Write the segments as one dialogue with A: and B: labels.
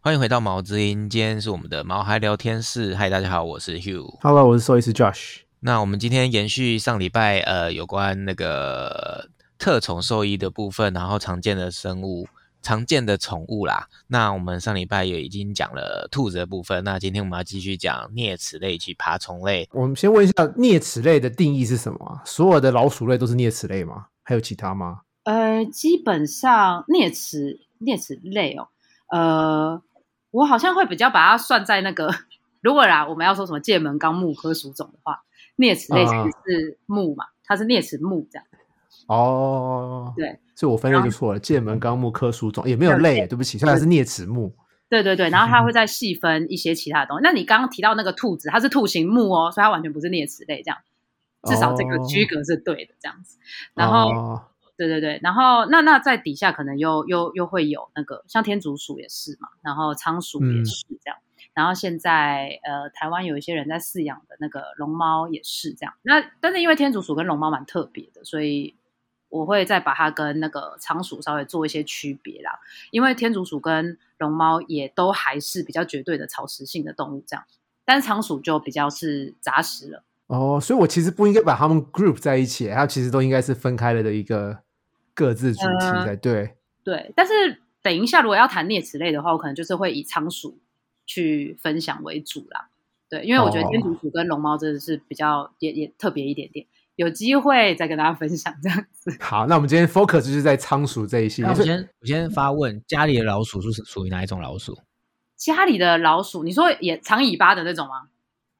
A: 欢迎回到毛之音，今天是我们的毛孩聊天室。嗨，大家好，我是 Hugh。
B: Hello，我是兽医师 Josh。
A: 那我们今天延续上礼拜呃有关那个特宠兽医的部分，然后常见的生物、常见的宠物啦。那我们上礼拜也已经讲了兔子的部分，那今天我们要继续讲啮齿类以及爬虫类。
B: 我们先问一下啮齿类的定义是什么啊？所有的老鼠类都是啮齿类吗？还有其他吗？
C: 呃，基本上啮齿啮齿类哦，呃，我好像会比较把它算在那个， 如果啦，我们要说什么界门纲目科属种的话，啮齿类其
B: 啊
C: 实是目嘛，它是啮齿目这样。
B: 哦，
C: 对，
B: 所以我分类就错了，界门纲目科属种也没有
C: 对
B: 类，对不起，虽然是啮齿目。
C: 对对对，然后它会再细分一些其他的东西。那你刚刚提到那个兔子，它是兔形目哦，所以它完全不是啮齿类这样。至少这个
B: 哦
C: 区隔是对的这样子。然后
B: 哦
C: 对对对，然后那那在底下可能又又又会有那个像天竺鼠也是嘛，然后仓鼠也是这样，然后现在呃台湾有一些人在饲养的那个龙猫也是这样。那但是因为天竺鼠跟龙猫蛮特别的，所以我会再把它跟那个仓鼠稍微做一些区别啦，因为天竺鼠跟龙猫也都还是比较绝对的草食性的动物这样，但是仓鼠就比较是杂食了。
B: 哦，所以我其实不应该把它们 group 在一起，它其实都应该是分开了的一个各自主题
C: 呃
B: 才对。
C: 对，但是等一下如果要谈啮齿类的话，我可能就是会以仓鼠去分享为主啦。对，因为我觉得
B: 哦
C: 天竺鼠跟龙猫真的是比较也也特别一点点，有机会再跟大家分享这样子。
B: 好，那我们今天 focus 就是在仓鼠这一系
D: 那
B: 列。
D: 我
B: 所以
D: 先我先发问，家里的老鼠是属于哪一种老鼠？
C: 家里的老鼠，你说也长尾巴的那种吗？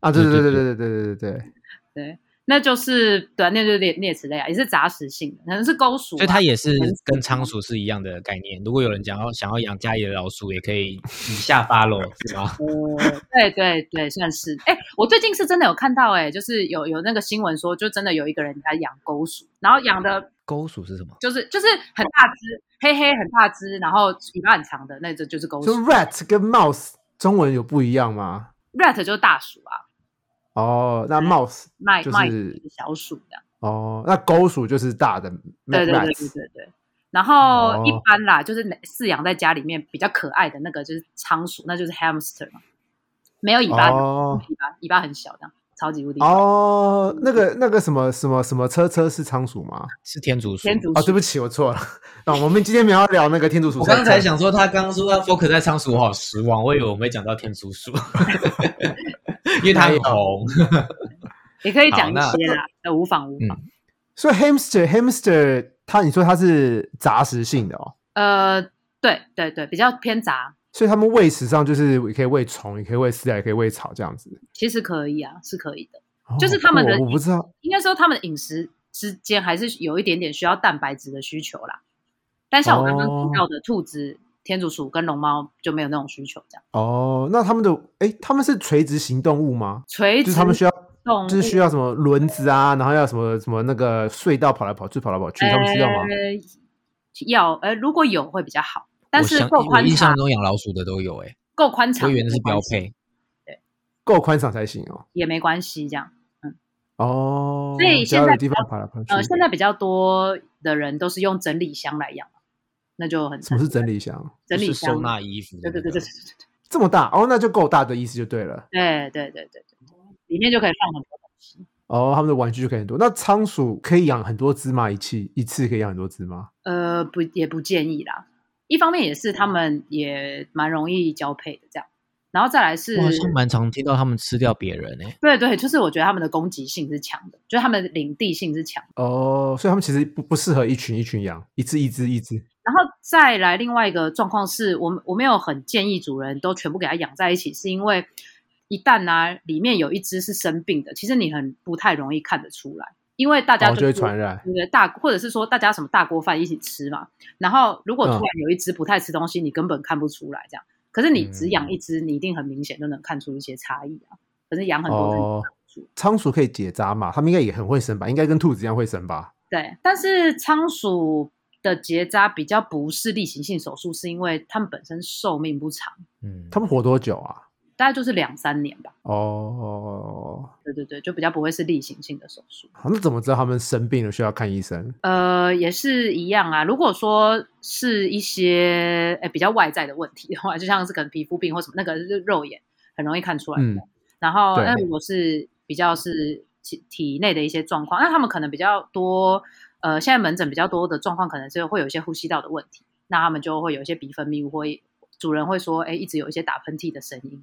B: 啊，对对
D: 对对
B: 对对对对对对对，
C: 对，那就是对啊，那就是啮啮齿类啊，也是杂食性的，可能是钩鼠啊、
D: 所以它也是
C: 田鼠
D: 跟仓鼠是一样的概念。如果有人想要想要养家里的老鼠，也可以以下发喽，是吗？
C: 呃，对对对，算是。哎、我最近是真的有看到、哎，就是有有那个新闻说，就真的有一个人他养钩鼠，然后养的
D: 钩鼠是什么？
C: 就是就是很大只，黑黑很大只，然后尾巴很长的那只就是狗鼠
B: 就 rat 跟 mouse 中文有不一样吗？
C: ，rat 就是大鼠啊，
B: 哦，那
C: 嗯
B: mouse
C: 麦
B: 就是
C: 麦就是小鼠这样。
B: 哦，那狗鼠就是大的，
C: 对对对
B: rats
C: 对对对。然后一
B: 哦
C: 般啦，就是饲养在家里面比较可爱的那个就是仓鼠，那就是 hamster 嘛，没有尾巴的，
B: 哦
C: 尾巴尾巴很小的，超级无敌小。
B: 哦，那个那个什么什么什么车车是仓鼠吗？
D: 是天竺鼠。
C: 天竺
B: 哦，
C: 鼠
B: 对不起，我错了。那我们今天没有要聊那个天 竺鼠。
D: 我刚才，想说，他刚刚说他 focus 在仓鼠，我好失望，我以为我们会讲到天竺 鼠，因为它很红。
C: 也可以讲一
D: 好那
C: 些啦，呃，无妨
B: 嗯
C: 无妨。
B: 所以 hamster hamster 它你说它是杂食性的哦，
C: 呃，对对对，比较偏杂，
B: 所以它们喂食上就是也可以喂虫，也可以喂饲料，也可以喂草这样子。
C: 其实可以啊，是可以的。
B: 哦
C: 就是它们的
B: 我我不知道
C: 应该说他们的饮食之间还是有一点点需要蛋白质的需求啦。但像我刚刚提
D: 哦
C: 到的兔子、天竺鼠跟龙猫就没有那种需求，这样
B: 哦。那它们的哎，它们是垂直行动物吗？
C: 垂
B: 就
C: 直
B: 是它们需要。
C: 动物
B: 就是需要什么轮子啊，然后要什么什么那个隧道跑来跑去，跑来跑去，他们需要吗？
C: 呃要呃，如果有会比较好，但
D: 我
C: 是
D: 想
C: 够
D: 我
C: 宽
D: 印
C: 敞
D: 象，中养老鼠的都有、欸，
C: 够宽
D: 我
C: 敞，
D: 以为那是标配。
B: 够宽敞才行哦。
C: 也没关系，这样。
B: 哦，
C: 所以
B: 只
C: 现
B: 要
C: 在
B: 有地方跑来跑去。
C: 呃，现在比较多的人都是用整理箱来养，那就很
B: 什么是整理箱？
C: 整理
D: 就是
C: 箱
D: 收？纳衣服的
C: 对
D: 那
C: 对
D: 个
C: 对对对
B: 这么大哦，那就够大的意思就对了。
C: 对对对对对对，里面就可以放很多东西。
B: 哦，他们的玩具就可以很多。那仓鼠可以养很多只吗？一次一次可以养很多只吗？
C: 呃，不也不建议啦。一方面也是他们也蛮容易交配的这样，然后再来是
D: 我，好像蛮常听到他们吃掉别人诶、欸
C: 对对，就是我觉得他们的攻击性是强的，就是他们的领地性是强的。
B: 哦，所以他们其实不不适合一群一群养，一只一只一只。
C: 然后再来另外一个状况是我们我没有很建议主人都全部给它养在一起，是因为一旦呢、啊里面有一只是生病的，其实你很不太容易看得出来，因为大家
B: 然哦后就会
C: 是
B: 传染。
C: 对不对？大或者是说大家什么大锅饭一起吃嘛，然后如果突
B: 嗯
C: 然有一只不太吃东西，你根本看不出来这样。可是你只
B: 嗯
C: 养一只，你一定很明显就能看出一些差异啊。可是养很多只，
B: 哦
C: 住，
B: 仓鼠可以结扎嘛？它们应该也很会生吧？应该跟兔子一样会生吧？
C: 对，但是仓鼠的结扎比较不是例行性手术，是因为它们本身寿命不长。
D: 嗯，
B: 它们活多久啊？
C: 大概就是两三年吧。
B: 哦，
C: 对对对，就比较不会是例行性的手术。
B: 好那怎么知道他们生病了需要看医生？
C: 呃，也是一样啊。如果说是一些呃诶比较外在的问题的话，就像是可能皮肤病或什么，那个是肉眼很容易看出来的。
B: 嗯
C: 然后，
B: 对
C: 那如果是比较是体体内的一些状况，那他们可能比较多，呃，现在门诊比较多的状况可能是会有一些呼吸道的问题，那他们就会有一些鼻分泌物或主人会说，哎，一直有一些打喷嚏的声音。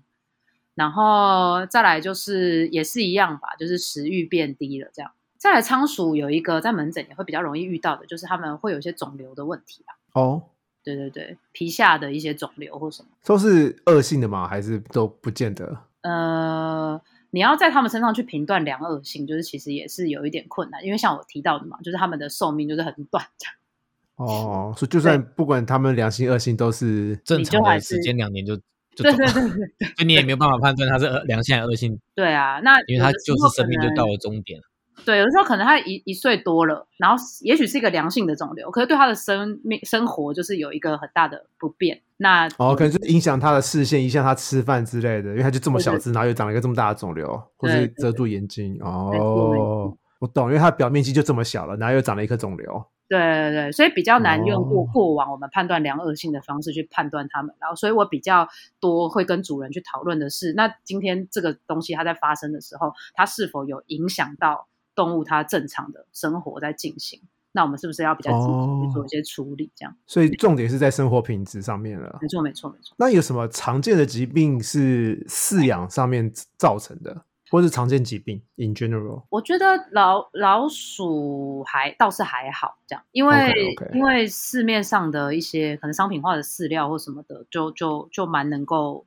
C: 然后再来就是也是一样吧，就是食欲变低了这样。再来仓鼠有一个在门诊也会比较容易遇到的，就是他们会有一些肿瘤的问题吧。
B: 哦，
C: 对对对，皮下的一些肿瘤或什么。
B: 都是恶性的吗？还是都不见得？
C: 呃，你要在他们身上去评断良恶性，就是其实也是有一点困难，因为像我提到的嘛，就是他们的寿命就是很短，
B: 哦，所以就算不管他们良性恶性都是
D: 正
C: 你
D: 常
C: 就还
D: 的
C: 是
D: 时间两年 就就
C: 对
D: 走
C: 对
D: 了，
C: 对对
D: 就你也没有办法判断它是恶良性还是恶性，
C: 对啊，那
D: 因为它
C: 有的时
D: 就
C: 候
D: 是生
C: 可
D: 命就
C: 能
D: 到了终点。
C: 对，有的时候可能他一一岁多了，然后也许是一个良性的肿瘤，可是对他的生命生活就是有一个很大的不便。那
B: 哦，可能就是影响他的视线，影响他吃饭之类的，因为他就这么
C: 对对
B: 小只，然后又长了一个这么大的肿瘤，或
C: 对
B: 是
C: 对
B: 遮住眼睛。
C: 没错没
B: 哦
C: 错，
B: 我懂，因为它的表面积就这么小了，然后又长了一颗肿瘤。
C: 对对对，所以比较难用过
B: 哦
C: 过往我们判断良恶性的方式去判断他们。然后，所以我比较多会跟主人去讨论的是，那今天这个东西它在发生的时候，它是否有影响到动物它正常的生活在进行？那我们是不是要比较积极
B: 哦
C: 去做一些处理？这样，
B: 所以重点是在生活品质上面了。
C: 没错没错没错。
B: 那有什么常见的疾病是饲养上面造成的，或是常见疾病 in general？
C: 我觉得老老鼠还倒是还好这样，因为
B: OK，OK
C: 因为市面上的一些可能商品化的饲料或什么的，就就就蛮能够，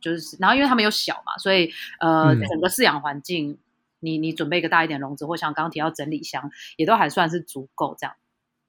C: 就是然后因为它们又小嘛，所以呃、
B: 嗯
C: 整个饲养环境，你你准备一个大一点笼子，或像刚刚提到整理箱，也都还算是足够这样。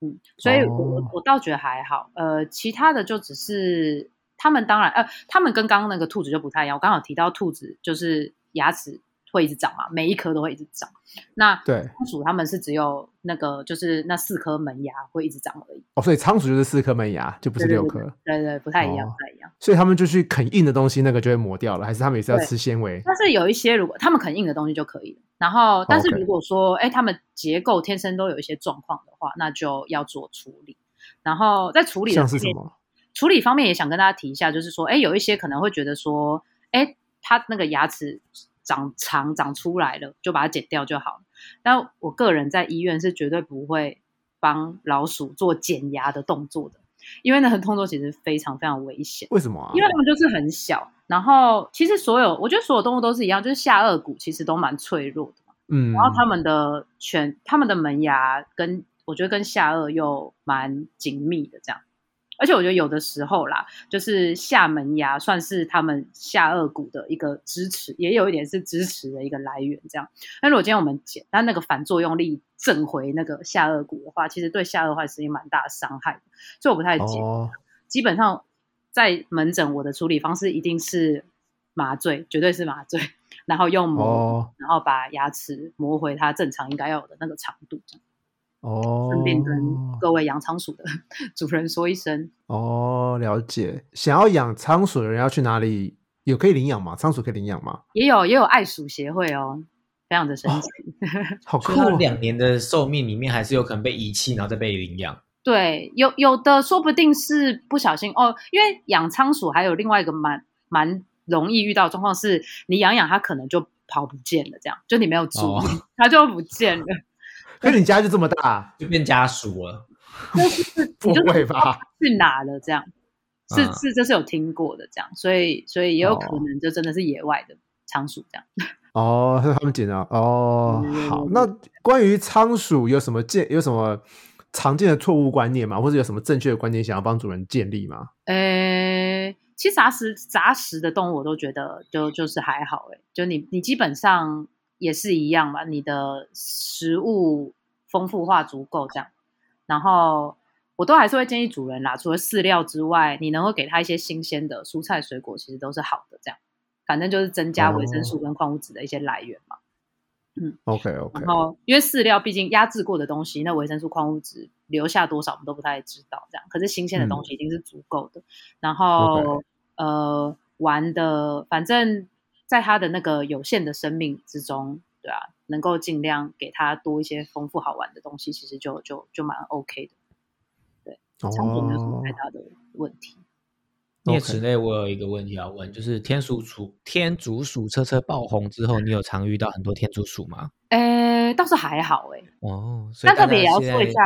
C: 嗯，所以我、
B: 哦
C: 我我倒觉得还好。呃，其他的就只是他们当然呃，他们跟刚刚那个兔子就不太一样。我刚好提到兔子就是牙齿会一直长嘛，每一颗都会一直长。那
B: 对，
C: 仓鼠它们是只有那个就是那四颗门牙会一直长而已。
B: 哦，所以仓鼠就是四颗门牙，就不是
C: 对对
B: 六颗，
C: 对对，不太一样，
B: 哦
C: 不太一样。
B: 所以他们就去啃硬的东西，那个就会磨掉了，还是他们也是要
C: 对
B: 吃纤维？
C: 但是有一些如果它们啃硬的东西就可以了。然后，但是
B: OK
C: 如果说哎，它们结构天生都有一些状况的话，那就要做处理。然后在处理的
B: 像是
C: 方
B: 什
C: 面
B: 么？
C: 处理方面也想跟大家提一下，就是说，哎，有一些可能会觉得说，哎，它那个牙齿长长长出来了，就把它剪掉就好了。但我个人在医院是绝对不会帮老鼠做剪牙的动作的，因为那个动作其实非常非常危险。
B: 为什么啊？
C: 因为它们就是很小。然后其实所有，我觉得所有动物都是一样，就是下颚骨其实都蛮脆弱的嘛。
B: 嗯，
C: 然后它们的全，它们的门牙跟我觉得跟下颚又蛮紧密的这样。而且我觉得有的时候啦，就是下门牙算是它们下颚骨的一个支持，也有一点是支持的一个来源。这样，那如果今天我们剪，那那个反作用力震回那个下颚骨的话，其实对下颚会是一个蛮大的伤害的。所以我不太解
B: 哦，
C: 基本上在门诊我的处理方式一定是麻醉，绝对是麻醉，然后用磨，
B: 哦
C: 然后把牙齿磨回它正常应该要有的那个长度。这样
B: 哦，
C: 顺便跟各位养仓鼠的 主人说一声，
B: 哦，了解。想要养仓鼠的人要去哪里？有可以领养吗？仓鼠可以领养吗？
C: 也有也有爱鼠协会哦，非常的神奇。
B: 好
D: 所
B: 酷
D: 以它
B: 哦！
D: 两年的寿命里面，还是有可能被遗弃，然后再被领养。
C: 对，有有的说不定是不小心哦，因为养仓鼠还有另外一个蛮蛮容易遇到的状况是，你养养它可能就跑不见了，这样就你没有注意，
D: 哦
C: 它就不见了。
B: 可是你家就这么大，
D: 就变家属了。
B: 不会吧？
C: 哦去哪了这样，是
D: 嗯
C: 是这是有听过的这样，所以所以也有可能就真的是野外的仓鼠这样。
B: 哦，是他们捡的哦。
C: 嗯
B: 好，那关于仓鼠有什么见有什么常见的错误观念吗？或者有什么正确的观念想要帮主人建立吗？
C: 诶、其实杂食杂食的动物我都觉得就就是还好诶、就你你基本上也是一样嘛，你的食物丰富化足够这样，然后。我都还是会建议主人啦，除了饲料之外，你能够给它一些新鲜的蔬菜水果，其实都是好的。这样，反正就是增加维生素跟矿物质的一些来源嘛。
B: OK OK，
C: 然后因为饲料毕竟压制过的东西，那维生素、矿物质留下多少
D: 嗯
C: 我们都不太知道，这样。可是新鲜的东西一定是足够的。然后、呃，玩的，反正在他的那个有限的生命之中，对啊，能够尽量给他多一些丰富好玩的东西，其实就就就蛮 OK 的。对，
D: 哦
C: 仓鼠没有什么太大的问题。
D: 啮齿类，我有一个问题要问，就是天竺鼠天竺鼠车车爆红之后，你有常遇到很多天竺鼠吗？
C: 诶、倒是还好诶、
D: 哦，所以
C: 但特
D: 大家
C: 别也要
D: 现
C: 说一
D: 在
C: 下，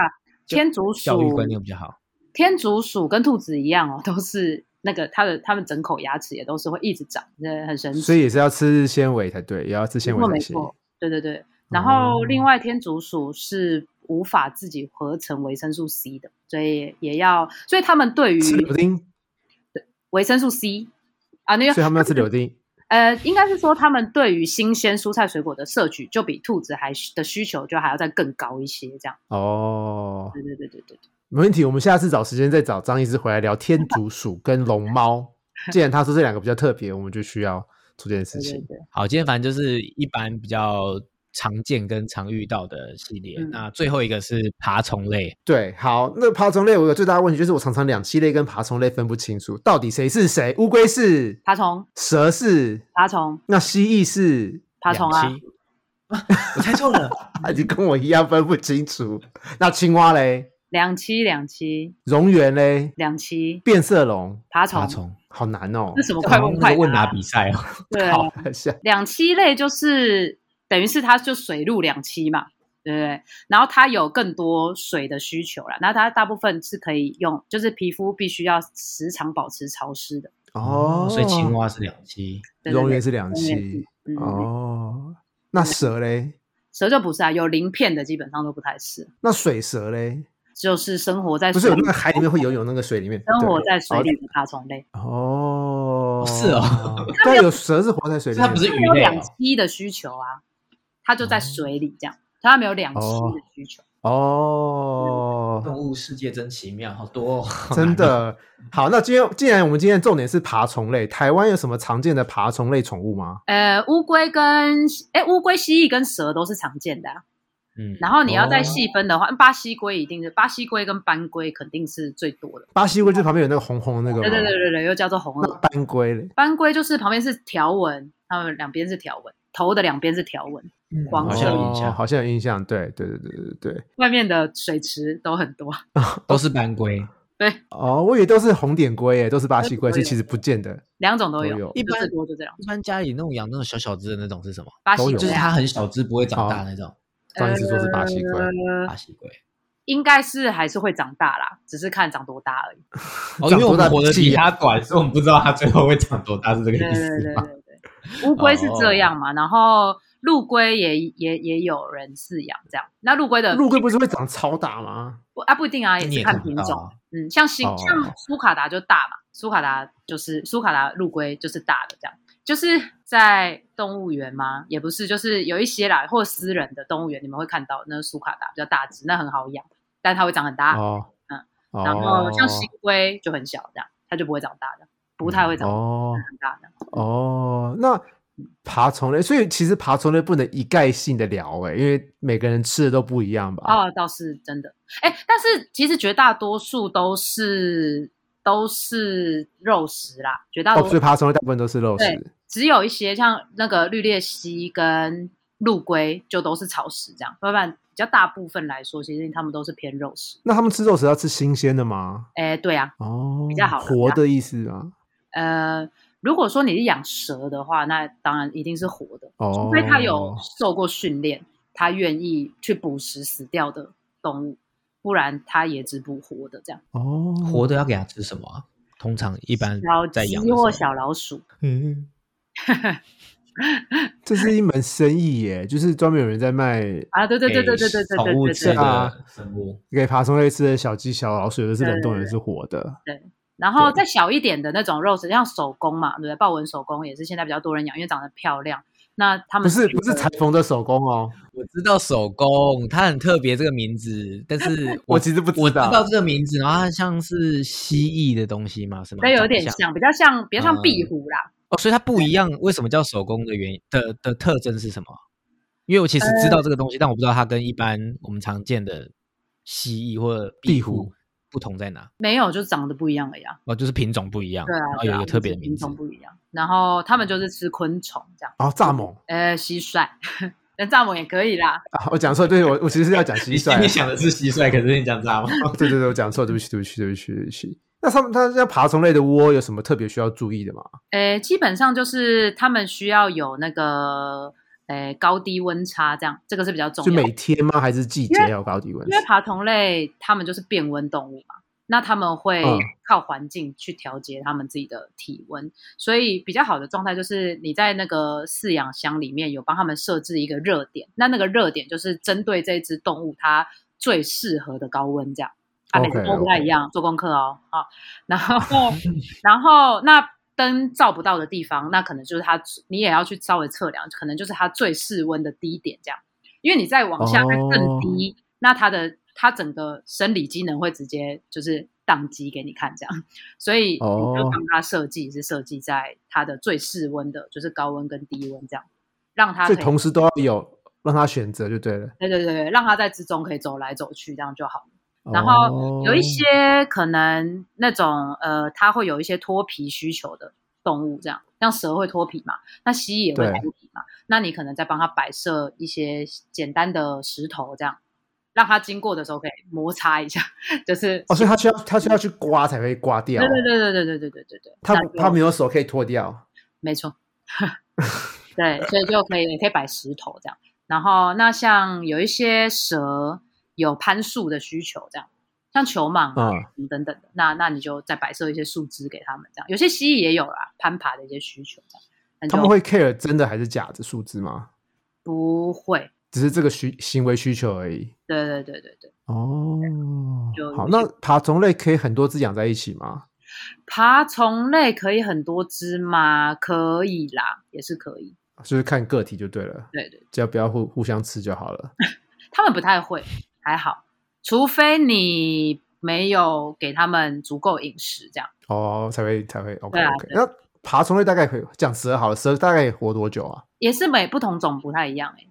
C: 天竺鼠
D: 教育观念比较好。
C: 天竺鼠跟兔子一样哦，都是那个它的它们整口牙齿也都是会一直长，呃，很神奇。
B: 哦所以也是要吃纤维才对，也要吃纤
C: 没
B: 维才
C: 错
B: 哦
C: 没
B: 行。
C: 错，对对对。然后另外天竺鼠是无法自己合成维生素 C 的，所以也要，所以他们对于
B: 吃柳丁，
C: 维生素 C 啊，那
B: 所以
C: 个
B: 他们要吃柳丁。
C: 呃，应该是说他们对于新鲜蔬菜水果的摄取，就比兔子还的需求就还要再更高一些，这样。
B: 哦，
C: 对对对对对对，
B: 没问题，我们下次找时间再找张医师回来聊天竺鼠跟龙猫。既然他说这两个比较特别，我们就需要做这件事
C: 对对
B: 情。
C: 对。
D: 好，今天反正就是一般比较常见跟常遇到的系列。
C: 嗯
D: 那最后一个是爬虫类，
B: 对，好，那爬虫类我有最大的问题就是，我常常两栖类跟爬虫类分不清楚，到底谁是谁？乌龟是，
C: 爬虫，
B: 蛇是，
C: 爬虫，
B: 那蜥蜴是，
C: 爬虫啊
D: 两 栖，我猜错了，
B: 啊你跟我一样分不清楚。那青蛙嘞，
C: 两栖，两栖，
B: 蝾螈嘞，
C: 两栖，
B: 变色龙，
C: 爬
D: 爬
C: 虫，
D: 虫。
B: 好难哦
C: 这。什么
D: 这
C: 快
D: 好像
C: 问
D: 那
C: 快
D: 个问
C: 答
D: 答？比赛哦，
C: 对，啊
B: 好，下
C: 两栖类就是等于是它就水陆两栖嘛，对不对？然后它有更多水的需求啦，那它大部分是可以用，就是皮肤必须要时常保持潮湿的。
B: 哦，
D: 所以青蛙是两栖，
C: 对
B: 蝾螈
C: 对
B: 是两栖
C: 对嗯，
B: 哦。那蛇嘞？
C: 蛇就不是啊，有鳞片的基本上都不太是，
B: 那水蛇嘞？
C: 就是生活在
B: 不是
C: 呃
B: 有
C: 水里
B: 那个海里面会游泳那个水里面，
C: 生活
B: 对
C: 在水里的爬虫类，
B: 哦，
D: 是哦，
B: 对，有蛇是啊活在水里
D: 它
B: 面，
D: 不是
C: 它
D: 鱼
C: 有
D: 类
C: 两
D: 哦。
C: 栖的需求啊，它就在水里这样，它没有两栖的需求。
B: 哦，
D: 动物世界真奇 妙，好 多、哦，
B: 真的好。那今天既然我们今天的重点是爬虫类，台湾有什么常见的爬虫类宠物吗？
C: 呃，乌龟跟哎，乌龟、蜥蜴跟蛇都是常见的、啊。
D: 嗯，
C: 然后你要再
B: 哦
C: 细分的话，巴西龟一定是巴西龟跟斑龟肯定是最多的。
B: 巴西龟就旁边有那个红红的那个吗，
C: 对对对对对，又叫做红
B: 那
C: 耳。
B: 斑龟嘞，
C: 斑龟就是旁边是条纹，它们两边是条纹，头的两边是条纹，
D: 嗯
C: 黄
D: 好
C: 色
D: 像有印
B: 哦
D: 象，
B: 好像有印象，对对对对对对。
C: 外面的水池都很多。
D: 都是斑龟。
C: 对，
B: 哦，我以为都是红点龟诶，都是巴西龟，
C: 都有
B: 这其实不见得。
C: 两种都
B: 都
C: 有，
B: 有
D: 一般
C: 最多就这两种。
D: 一般家里那种养那种小小只的那种是什么？
C: 巴西
B: 都有
C: 龟啊哦
D: 就是它很小只，不会长大那种
B: 张医师说是巴西龟，
C: 呃
D: 巴西 龟。
C: 应该是还是会长大啦，只是看长多大而已。
D: 哦，因
B: 长
D: 为我
B: 多大
D: 们活得
B: 记
D: 比
B: 啊
D: 它短，所以我们不知道它最后会长多大，是这个
C: 对
D: 意
C: 对对
D: 思
C: 对
D: 吗？
C: 对对，乌龟是
B: 哦
C: 这样嘛，然后陆龟也也也有人饲养这样。那陆龟的
B: 陆龟不是会长超大吗？
C: 不啊不一定啊，也
D: 你
C: 是
D: 也
C: 看
D: 看不
C: 品
D: 到
C: 种
D: 啊。
C: 嗯，像新
B: 哦
C: 像苏卡达就大嘛，苏卡达就是苏卡达陆龟就是大的这样，就是在动物园吗？也不是，就是有一些啦，或私人的动物园你们会看到，那苏卡达比较大只，那很好养，但它会长很大。
B: 哦，
C: 嗯，然后
B: 哦，
C: 像新龟就很小这样，它就不会长大的，不太会长
B: 哦
C: 很大的。
B: 哦，那爬虫类，所以其实爬虫类不能一概性的聊欸诶，因为每个人吃的都不一样吧？
C: 哦，倒是真的。哎，但是其实绝大多数都是都是肉食啦，绝大
B: 哦，
C: 多
B: 所以爬虫类大部分都是肉
C: 对
B: 食。
C: 只有一些像那个绿鬣蜥跟陆龟就都是草食这样，要不然比较大部分来说，其实它们都是偏肉食。
B: 那他们吃肉食要吃新鲜的吗？
C: 哎，对啊，
B: 哦，
C: 比较好啦
B: 活的意思啊。
C: 呃，如果说你是养蛇的话，那当然一定是活的，
B: 哦
C: 除非它有受过训练，它愿意去捕食死掉的动物，不然它也只捕活的这样。
B: 哦，
D: 活的要给它吃什么啊？通常一般
C: 小
D: 在养的
C: 鸡
D: 时
C: 或
D: 候
C: 小老鼠，
D: 嗯，
B: 这是一门生意耶，就是专门有人在卖
C: 啊，对对对对对对对
D: 宠
C: 对
D: 物
C: 对
D: 吃
C: 对
B: 对啊
D: 的生物，
B: 给爬虫类吃的小鸡、小老鼠，有的是冷冻，有的是活的。
C: 对。然后再小一点的那种肉食，像手工嘛，对不对？豹纹手工也是现在比较多人养，因为长得漂亮。那他
B: 不
C: 们
B: 是不是裁缝的手工哦，
D: 我知道手工，它很特别这个名字，但 是
B: 我其实不知道
D: 我知道这个名字，然后它像是蜥蜴的东西嘛，是吗？
C: 对有点
D: 长相
C: 像，比较像，比较像
D: 嗯
C: 壁虎啦。
D: 哦，所以它不一样。为什么叫手工的原因的的特征是什么？因为我其实
C: 呃
D: 知道这个东西，但我不知道它跟一般我们常见的蜥蜴或者
B: 壁
D: 壁
B: 虎
D: 不同在哪？
C: 没有，就长得不一样了呀。
D: 哦，就是品种不一样，
C: 对啊
D: 然，后
C: 对
D: 哦有
C: 啊
D: 一个特别的名
C: 品
D: 字，
C: 种。不一样。然后他们就是吃昆虫这样，
B: 哦，蚱蜢
C: 呃，蟋蟀， 但蚱蜢也可以啦。
B: 啊，我讲错，对我我其实是要讲 蟋蟀
D: 想的是蟋蟀，可是你讲蚱蜢。
B: 哦对对对，我讲错，对不起，对不起，对不起，对不起。那他们他像爬虫类的窝有什么特别需要注意的吗？
C: 呃，基本上就是他们需要有那个呃高低温差这样，这个是比较重
B: 就
C: 要的。
B: 每天吗？还是季节
C: 因为
B: 要有高低温
C: 因？为爬虫类它们就是变温动物嘛，那他们会
B: 嗯
C: 靠环境去调节他们自己的体温，所以比较好的状态就是你在那个饲养箱里面有帮他们设置一个热点，那那个热点就是针对这只动物它最适合的高温这样。啊，每个
B: OK，
C: 都不太一样做功课哦。好、然后然后那灯照不到的地方，那可能就是它，你也要去稍微测量，可能就是它最室温的低点这样。因为你再往下
B: 哦
C: 它更低，那它的它整个生理机能会直接就是宕机给你看这样，所以你
B: 哦
C: 就帮它设计是设计在它的最室温的，就是高温跟低温这样，让它
B: 所以
C: 可以
B: 同时都要有让他选择就对了。
C: 对对对对，让它在之中可以走来走去，这样就好了。 然后
D: 哦
C: 有一些可能那种呃，它会有一些脱皮需求的动物，这样像蛇会脱皮嘛，那蜥蜴也会
B: 对
C: 脱皮嘛，那你可能再帮它摆设一些简单的石头，这样让它经过的时候可以摩擦一下， 就是
B: 哦，所以他需要他需要去刮才会刮掉
C: 对，对对对对对对对对对，
B: 他
C: 那就
B: 他没有手可以脱掉。
C: 没错， 对，所以就可以也可以摆石头这样。然后那像有一些蛇有攀树的需求，这样像球蟒啊、
B: 嗯
C: 什么等等的，那那你就再摆设一些树枝给他们这样。有些蜥蜴也有啦，攀爬的一些需求这样。那就
B: 他们会 care 真的还是假的数字吗？
C: 不会？
B: 只是这个需行为需求而已。
C: 对对对对对，
B: 哦
C: 就，
B: 好，那爬虫类可以很多只养在一起吗？
C: 爬虫类可以很多只吗？可以啦，也是可以。
B: 就是看个体就对了，
C: 对对，
B: 只要不要互互相吃就好了。
C: 他们不太会，还好，除非你没有给他们足够饮食这样。
B: 哦，才会才会 OK
C: 对啊
B: OK。
C: 对
B: 那爬虫类大概可以讲蛇好了，蛇大概活多久啊？
C: 也是每不同种不太一样哎、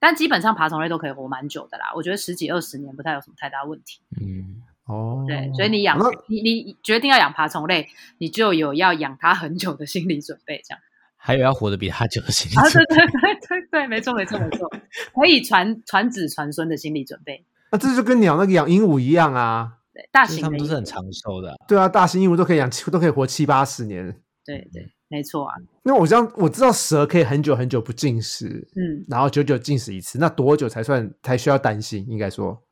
C: 但基本上爬虫类都可以活蛮久的啦，我觉得十几二十年不太有什么太大问题。
D: 嗯，
B: 哦，
C: 对，所以你养
B: 那
C: 你你决定要养爬虫类，你就有要养它很久的心理准备，这样。
D: 还有要活得比他久的心
C: 啊，
D: 情
C: 对。对对对对，没错没错没错，可以传传子传孙的心理准备。
B: 那这就跟鸟那个养鹦鹉一样啊。
C: 对，大
D: 就是
C: 型
D: 他
C: 的
D: 们都是很
C: 也
D: 长寿的啊、
B: 对啊，大型鹦鹉都可以养七，都可以活七八十年。
C: 对对，没错啊，
B: 那我这样我知道蛇可以很久很久不进食，
C: 嗯，
B: 然后久久进食一次，那多久才算才需要担心？应该说，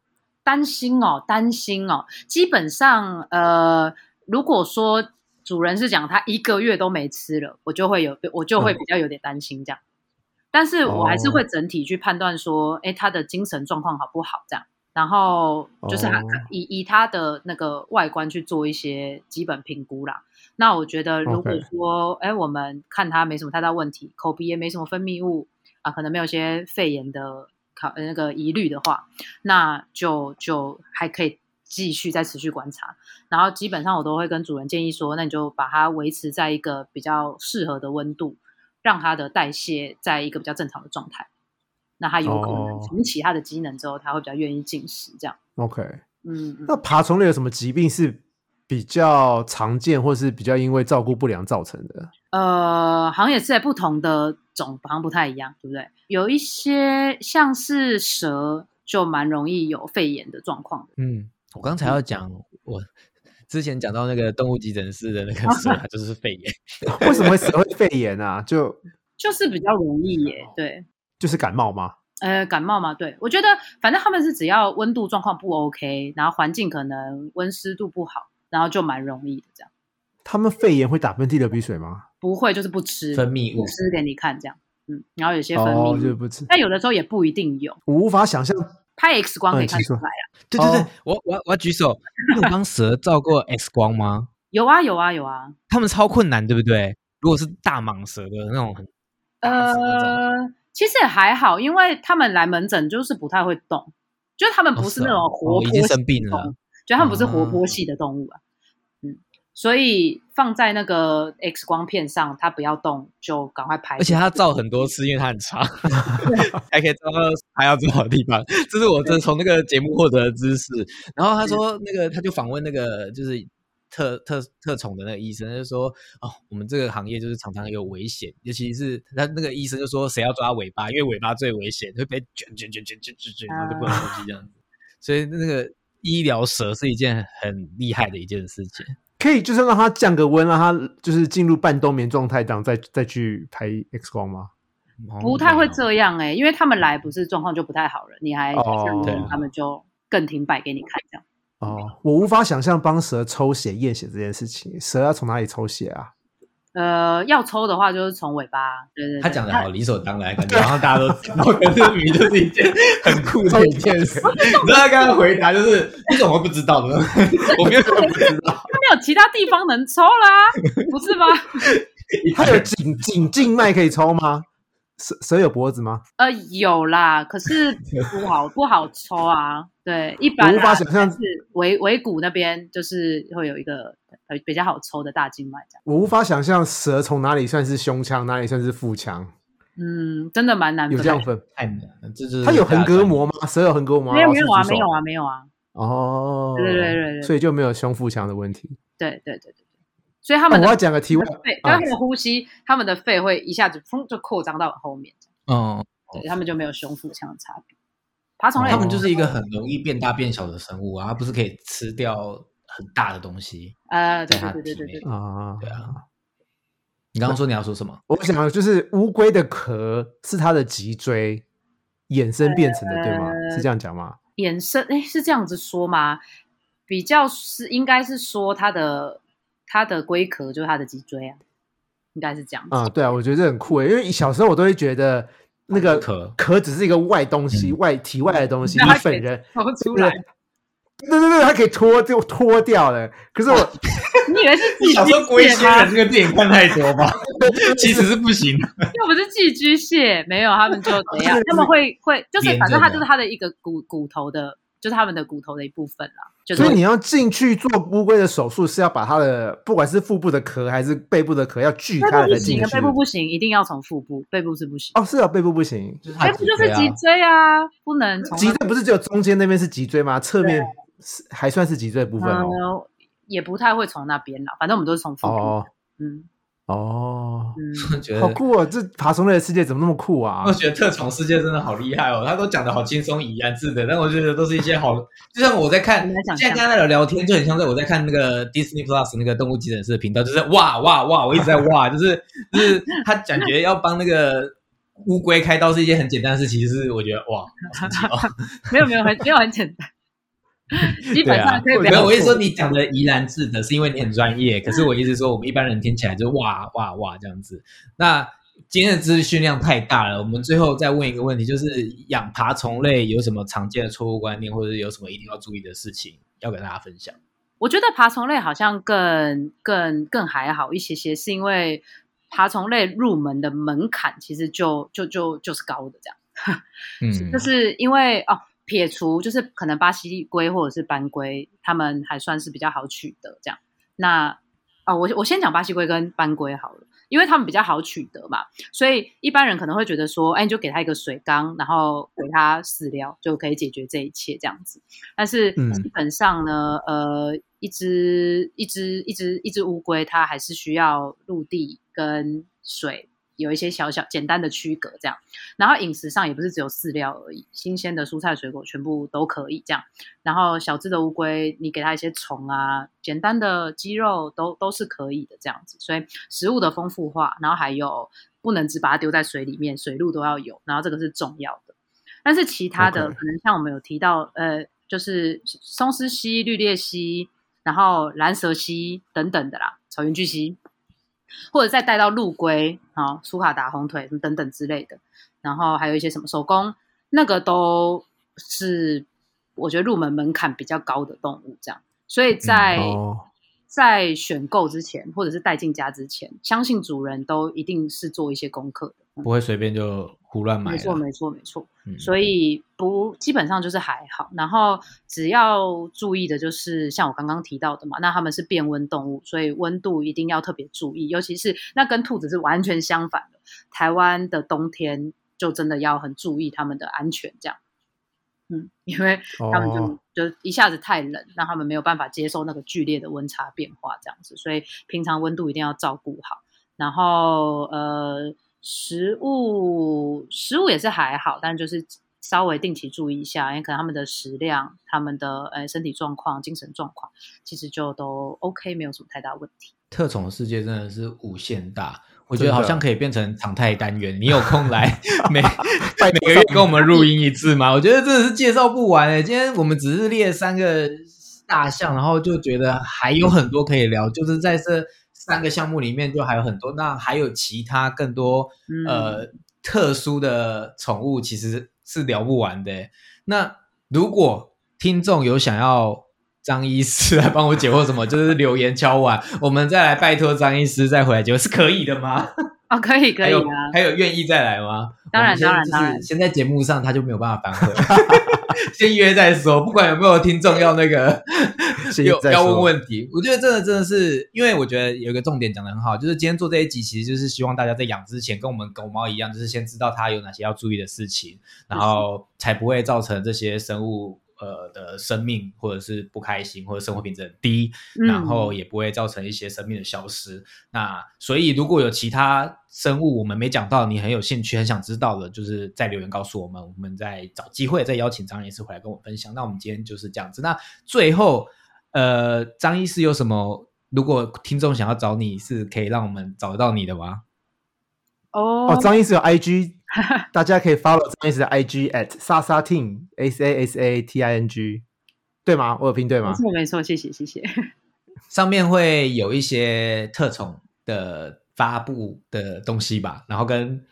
C: 担心哦，担心哦。基本上，呃，如果说主人是讲他一个月都没吃了，我就会有，我就会
B: 嗯
C: 比较有点担心这样。但是我还是
B: 哦
C: 会整体去判断说，哎、他的精神状况好不好这样。然后就是他、
B: 哦
C: 以以他的那个外观去做一些基本评估啦。那我觉得，如果
B: OK
C: 说，哎、我们看他没什么太大问题，口鼻也没什么分泌物啊，可能没有一些肺炎的考呃那个疑虑的话，那就就还可以继续再持续观察。然后基本上我都会跟主人建议说，那你就把它维持在一个比较适合的温度，让它的代谢在一个比较正常的状态。那它有可能
B: 哦
C: 重启它的机能之后，它会比较愿意进食这样。
B: OK，
C: 嗯，嗯
B: 那爬虫类有什么疾病是比较常见，或是比较因为照顾不良造成 的？
C: 呃，好像也是在不同的种，好像不太一样，对不对？有一些像是蛇，就蛮容易有肺炎的状况的。
D: 嗯，我刚才要讲，我 之前讲到那个动物急诊室的那个蛇， 它就是肺炎。
B: 为什么会蛇会肺炎啊？就
C: 就是比较容易耶，对，
B: 就是感冒吗？
C: 呃，感冒嘛，对我觉得，反正他们是只要温度状况不 OK，然后环境可能温湿度不好，然后就蛮容易的这样。
B: 他们肺炎会打喷嚏、流鼻水吗？
C: 不会就是不吃
D: 分泌物
C: 不吃给你看这样，嗯，然后有些分泌
B: 哦，
C: 物，
B: 就是不吃。
C: 但有的时候也不一定有，
B: 我无法想象
C: 拍 X
D: 哦
C: 光可以
B: 嗯
C: 看
B: 其
C: 出
B: 实
C: 来啊，
D: 对对对，
B: 哦
D: 我我我要举手。你有帮蛇照过 X 光吗？
C: 有啊有啊有啊，
D: 他们超困难，对不对？如果是大蟒蛇的那种很大只那种，
C: 呃，其实也还好，因为他们来门诊就是不太会动，就是他们
D: 哦
C: 不是
D: 是
C: 那
D: 哦
C: 种
D: 哦
C: 活
D: 已
C: 泼、
D: 经生病了，
C: 就他们不是活泼
D: 啊
C: 系的动物啊。嗯，所以放在那个 X 光片上，它不要动，就赶快拍。
D: 而且它照很多次，因为它很长，还可以照到它要照的地方。这是我这从那个节目获得的知识。然后他说，那个他就访问那个就是特特特宠的那个医生，他就说哦，我们这个行业就是常常有危险，尤其是他那个医生就说，谁要抓尾巴，因为尾巴最危险，会被卷卷卷卷卷卷卷，然后就不能呼吸这样子。所以那个医疗蛇是一件很厉害的一件事情。
B: 可以就是让它降个温，让它就是进入半冬眠状态，这样再再去拍 X 光吗？
C: 不太会这样哎、因为他们来不是状况就不太好了，你还
B: 哦
C: 降
D: 对啊
C: 温，他们就更停摆给你看这样。
B: 哦，我无法想象帮蛇抽血验血这件事情，蛇要从哪里抽血啊？
C: 呃，要抽的话就是从尾巴，对对对
D: 他讲的好理所当然，感觉好像大家都知道， 可是明明就是一件很酷的一件 事。你知道他刚刚回答就是你怎么会不知道呢？ 我没有说不知道，
C: 他没有其他地方能 抽啦，不是吗？
B: 它 有颈颈静脉可以抽吗？蛇蛇有脖子吗？
C: 呃，有啦，可是不好不好抽啊。对，一般
B: 我无法
C: 啦
B: 想象
C: 是尾尾骨那边就是会有一个呃比较好抽的大静脉这样。
B: 我无法想象蛇从哪里算是胸腔，哪里算是腹腔，
C: 嗯，真的蛮难
B: 有
C: 分
B: 这样分？
D: 太难了，这就是
B: 它有横膈膜吗？蛇有横膈膜吗？
C: 啊没有没有啊
B: 老师
C: 没
B: 举手
C: 有啊没有啊，
B: 哦，
C: 对对对对对
B: 所以就没有胸腹腔的问题。
C: 对对对对对，所以他
B: 哦
C: 们
B: 我
C: 的
B: 要讲个题外，
C: 肺，
B: 啊
C: 他们的呼吸，他们的肺会一下子砰就扩张到很后面，
D: 嗯，
B: 哦
C: 对他们就没有胸腹腔的差别。爬虫类
D: 他们就是一个很容易变大变小的生物啊，它不是可以吃掉很大的东西？
C: 呃对
D: 在它
C: 对对
D: 体
C: 对对
D: 内
C: 对，
B: 啊，
D: 对啊。你刚刚说你要说什么？
B: 我想的就是乌龟的壳是它的脊椎衍生变成的，对吗？
C: 呃
B: 是这样讲吗？
C: 衍生，哎，是这样子说吗？比较是应该是说它的它的龟壳就是它的脊椎啊，应该是这样子。
B: 啊、对啊，我觉得这很酷诶，因为小时候我都会觉得那个
D: 壳
B: 壳只是一个外东西，外体外的东西，
C: 那它
B: 你
C: 可以
B: 本人
C: 跑出来，
B: 对对对，它可以脱就脱掉了。可是我
C: 你以为是寄居蟹吗？
D: 这个电影看太多 吧？其实是不行的。
C: 又不是寄居蟹，没有，他们就 怎样？他们会会就是，
D: 连
C: 反
D: 着
C: 正它
D: 的
C: 就是它的一个骨骨头的，就是他们的骨头的一部分啦。就是
B: 所以你要进去做乌龟的手术，是要把它的不管是腹部的壳还是背部的壳要锯
C: 背
B: 开
C: 部
B: 了
C: 不
B: 才进
C: 行
B: 去
C: 啊，。背部不行，一定要从腹部，背部是不行。
B: 哦，是啊，背部不行。
C: 背部就是脊椎啊，不能从
B: 脊
C: 那
B: 椎不是只有中间那边是脊椎吗？侧面
C: 啊
B: 是还算是脊椎的部分哦。
C: 呃，也不太会从那边啦。反正我们都是从腹部。
B: 哦
C: 嗯
B: 哦，
C: 嗯，
D: 觉
B: 好
D: 得
B: 酷哦！这爬虫类的世界怎么那么酷啊
D: 我？觉得特宠世界真的好厉害哦，他都讲的好轻松怡然自得，但我觉得都是一些 好，就像我在看
C: 很难，想象
D: 现在跟他聊天就很像在我在看那个 Disney Plus 那个动物急诊室的频道，就是哇哇哇，我一直在 哇，就是就是他感觉要帮那个乌龟开刀是一件很简单的事情，其实我觉得哇，好神奇哦。
C: 没有没有很没有很简单，基本上可以不
D: 没
C: 要
D: 有，。我一啊直说你讲的怡然自得，是因为你很专业。可是我一直说，我们一般人听起来就哇哇哇这样子。那今天的资讯量太大了，我们最后再问一个问题，就是养爬虫类有什么常见的错误观念，或者是有什么一定要注意的事情，要跟大家分享。
C: 我觉得爬虫类好像更更更还好一些些，是因为爬虫类入门的门槛其实就就就就是高的这样。
D: 嗯
C: 就是因为哦，撇除就是可能巴西龟或者是斑龟，它们还算是比较好取得这样。那哦，我我先讲巴西龟跟斑龟好了，因为它们比较好取得嘛，所以一般人可能会觉得说，哎，你就给它一个水缸，然后给它饲料，就可以解决这一切这样子。但是
B: 嗯
C: 基本上呢，呃，一只一只一只一只乌龟，它还是需要陆地跟水有一些小小简单的区隔这样。然后饮食上也不是只有饲料而已，新鲜的蔬菜水果全部都可以这样。然后小只的乌龟，你给它一些虫啊，简单的鸡肉都都是可以的这样子。所以食物的丰富化，然后还有不能只把它丢在水里面，水路都要有，然后这个是重要的。但是其他的
B: OK
C: 可能像我们有提到，呃，就是松狮蜥、绿鬣蜥，然后蓝蛇蜥等等的啦，草原巨蜥，或者再带到陆龟啊、苏卡达红腿等等之类的，然后还有一些什么手工，那个都
D: 嗯
C: 是我觉得入门门槛比较高的动物，这样。所以在
B: 哦，
C: 在选购之前，或者是带进家之前，相信主人都一定是做一些功课的。嗯
D: 不会随便就胡乱买
C: 没
D: 了。
C: 错，没错，没错。
D: 嗯
C: 所以不基本上就是还好，然后只要注意的就是像我刚刚提到的嘛，那它们是变温动物，所以温度一定要特别注意，尤其是那跟兔子是完全相反的。台湾的冬天就真的要很注意它们的安全，这样，嗯，因为他们就、
B: 哦，
C: 就一下子太冷，让他们没有办法接受那个剧烈的温差变化，这样子，所以平常温度一定要照顾好。然后呃，食物食物也是还好，但就是呃稍微定期注意一下，因为可能他们的食量、他们的呃身体状况、精神状况，其实就都 OK，没有什么太大问题。
D: 特宠的世界真的是无限大，我觉
B: 真
D: 得好
B: 的
D: 像可以变成常态单元。你有空 来每
B: 拜
D: 每个月跟我们录音一次 吗？我觉得真的是介绍不完诶、欸今天我们只是列三个大项，然后就觉得还有很多可以聊，就是在这三个项目里面就还有很多。那还有其他更多
C: 嗯，
D: 呃特殊的宠物其实是聊不完的欸。那如果听众有想要张医师来帮我解惑什么，就是留言敲完，我们再来拜托张医师再回来解惑，是可以的吗？
C: 哦，可以可
D: 还
C: 以
D: 有
C: 啊，
D: 还有愿意再来吗？
C: 当然
D: 我们先
C: 当然
D: 就是
C: 当然
D: 先在节目上他就没有办法反悔， 先约再说，不管有没有听众要那个
B: 先
D: 有
B: 再
D: 要问
B: 说
D: 问题，我觉得真的真的是，因为我觉得有一个重点讲的很好，就是今天做这一集，其实就是希望大家在养之前跟我们狗猫一样，就是先知道它有哪些要注意的事情，然后才不会造成这些生物。呃的生命或者是不开心或者生活品质很低，然后也不会造成一些生命的消失。那所以如果有其他生物我们没讲到，你很有兴趣、很想知道的，就是在留言告诉我们，我们再找机会再邀请张医师回来跟我们分享。那我们今天就是这样子。那最后，呃，张医师有什么？如果听众想要找你，是可以让我们找得到你的吗？
C: 哦
B: 哦，张医师有 IG，大家可以 follow 张医师的 IG at 莎莎 ting s a s a t i n g，对吗？我有拼对
C: 没
B: 吗？
C: 错 没错，谢谢谢谢。
D: 上面会有一些特宠的发布的东西吧，然后跟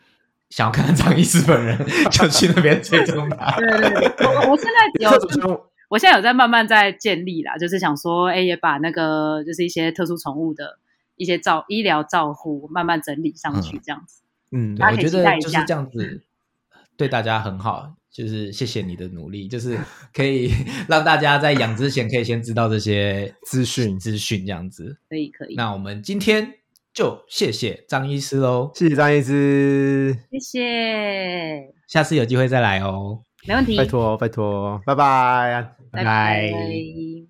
D: 想要看看张医师本 人，就去那边追踪他。
C: 对 对对， 我我现在只有
B: 这种就
C: 我现在有在慢慢在建立啦，就是想说，哎、也把那个就是一些特殊宠物的一些照医疗照护慢慢整理上去，这样子。
B: 嗯，
D: 对
C: 大家
D: 我
C: 可以
D: 觉
C: 期
D: 得
C: 待一
D: 就是
C: 下
D: 这样子，对大家很好。就是谢谢你的努力，就是可 以让大家在养之前可以先知道这些
B: 资讯
D: 资讯这样子。
C: 可以可以，
D: 那我们今天就谢谢张医师喽，
B: 谢谢张医师，
C: 谢谢，
D: 下次有机会再来哦，
C: 没问题，
B: 拜托拜托，拜拜。
D: 拜
C: 拜拜。
D: 拜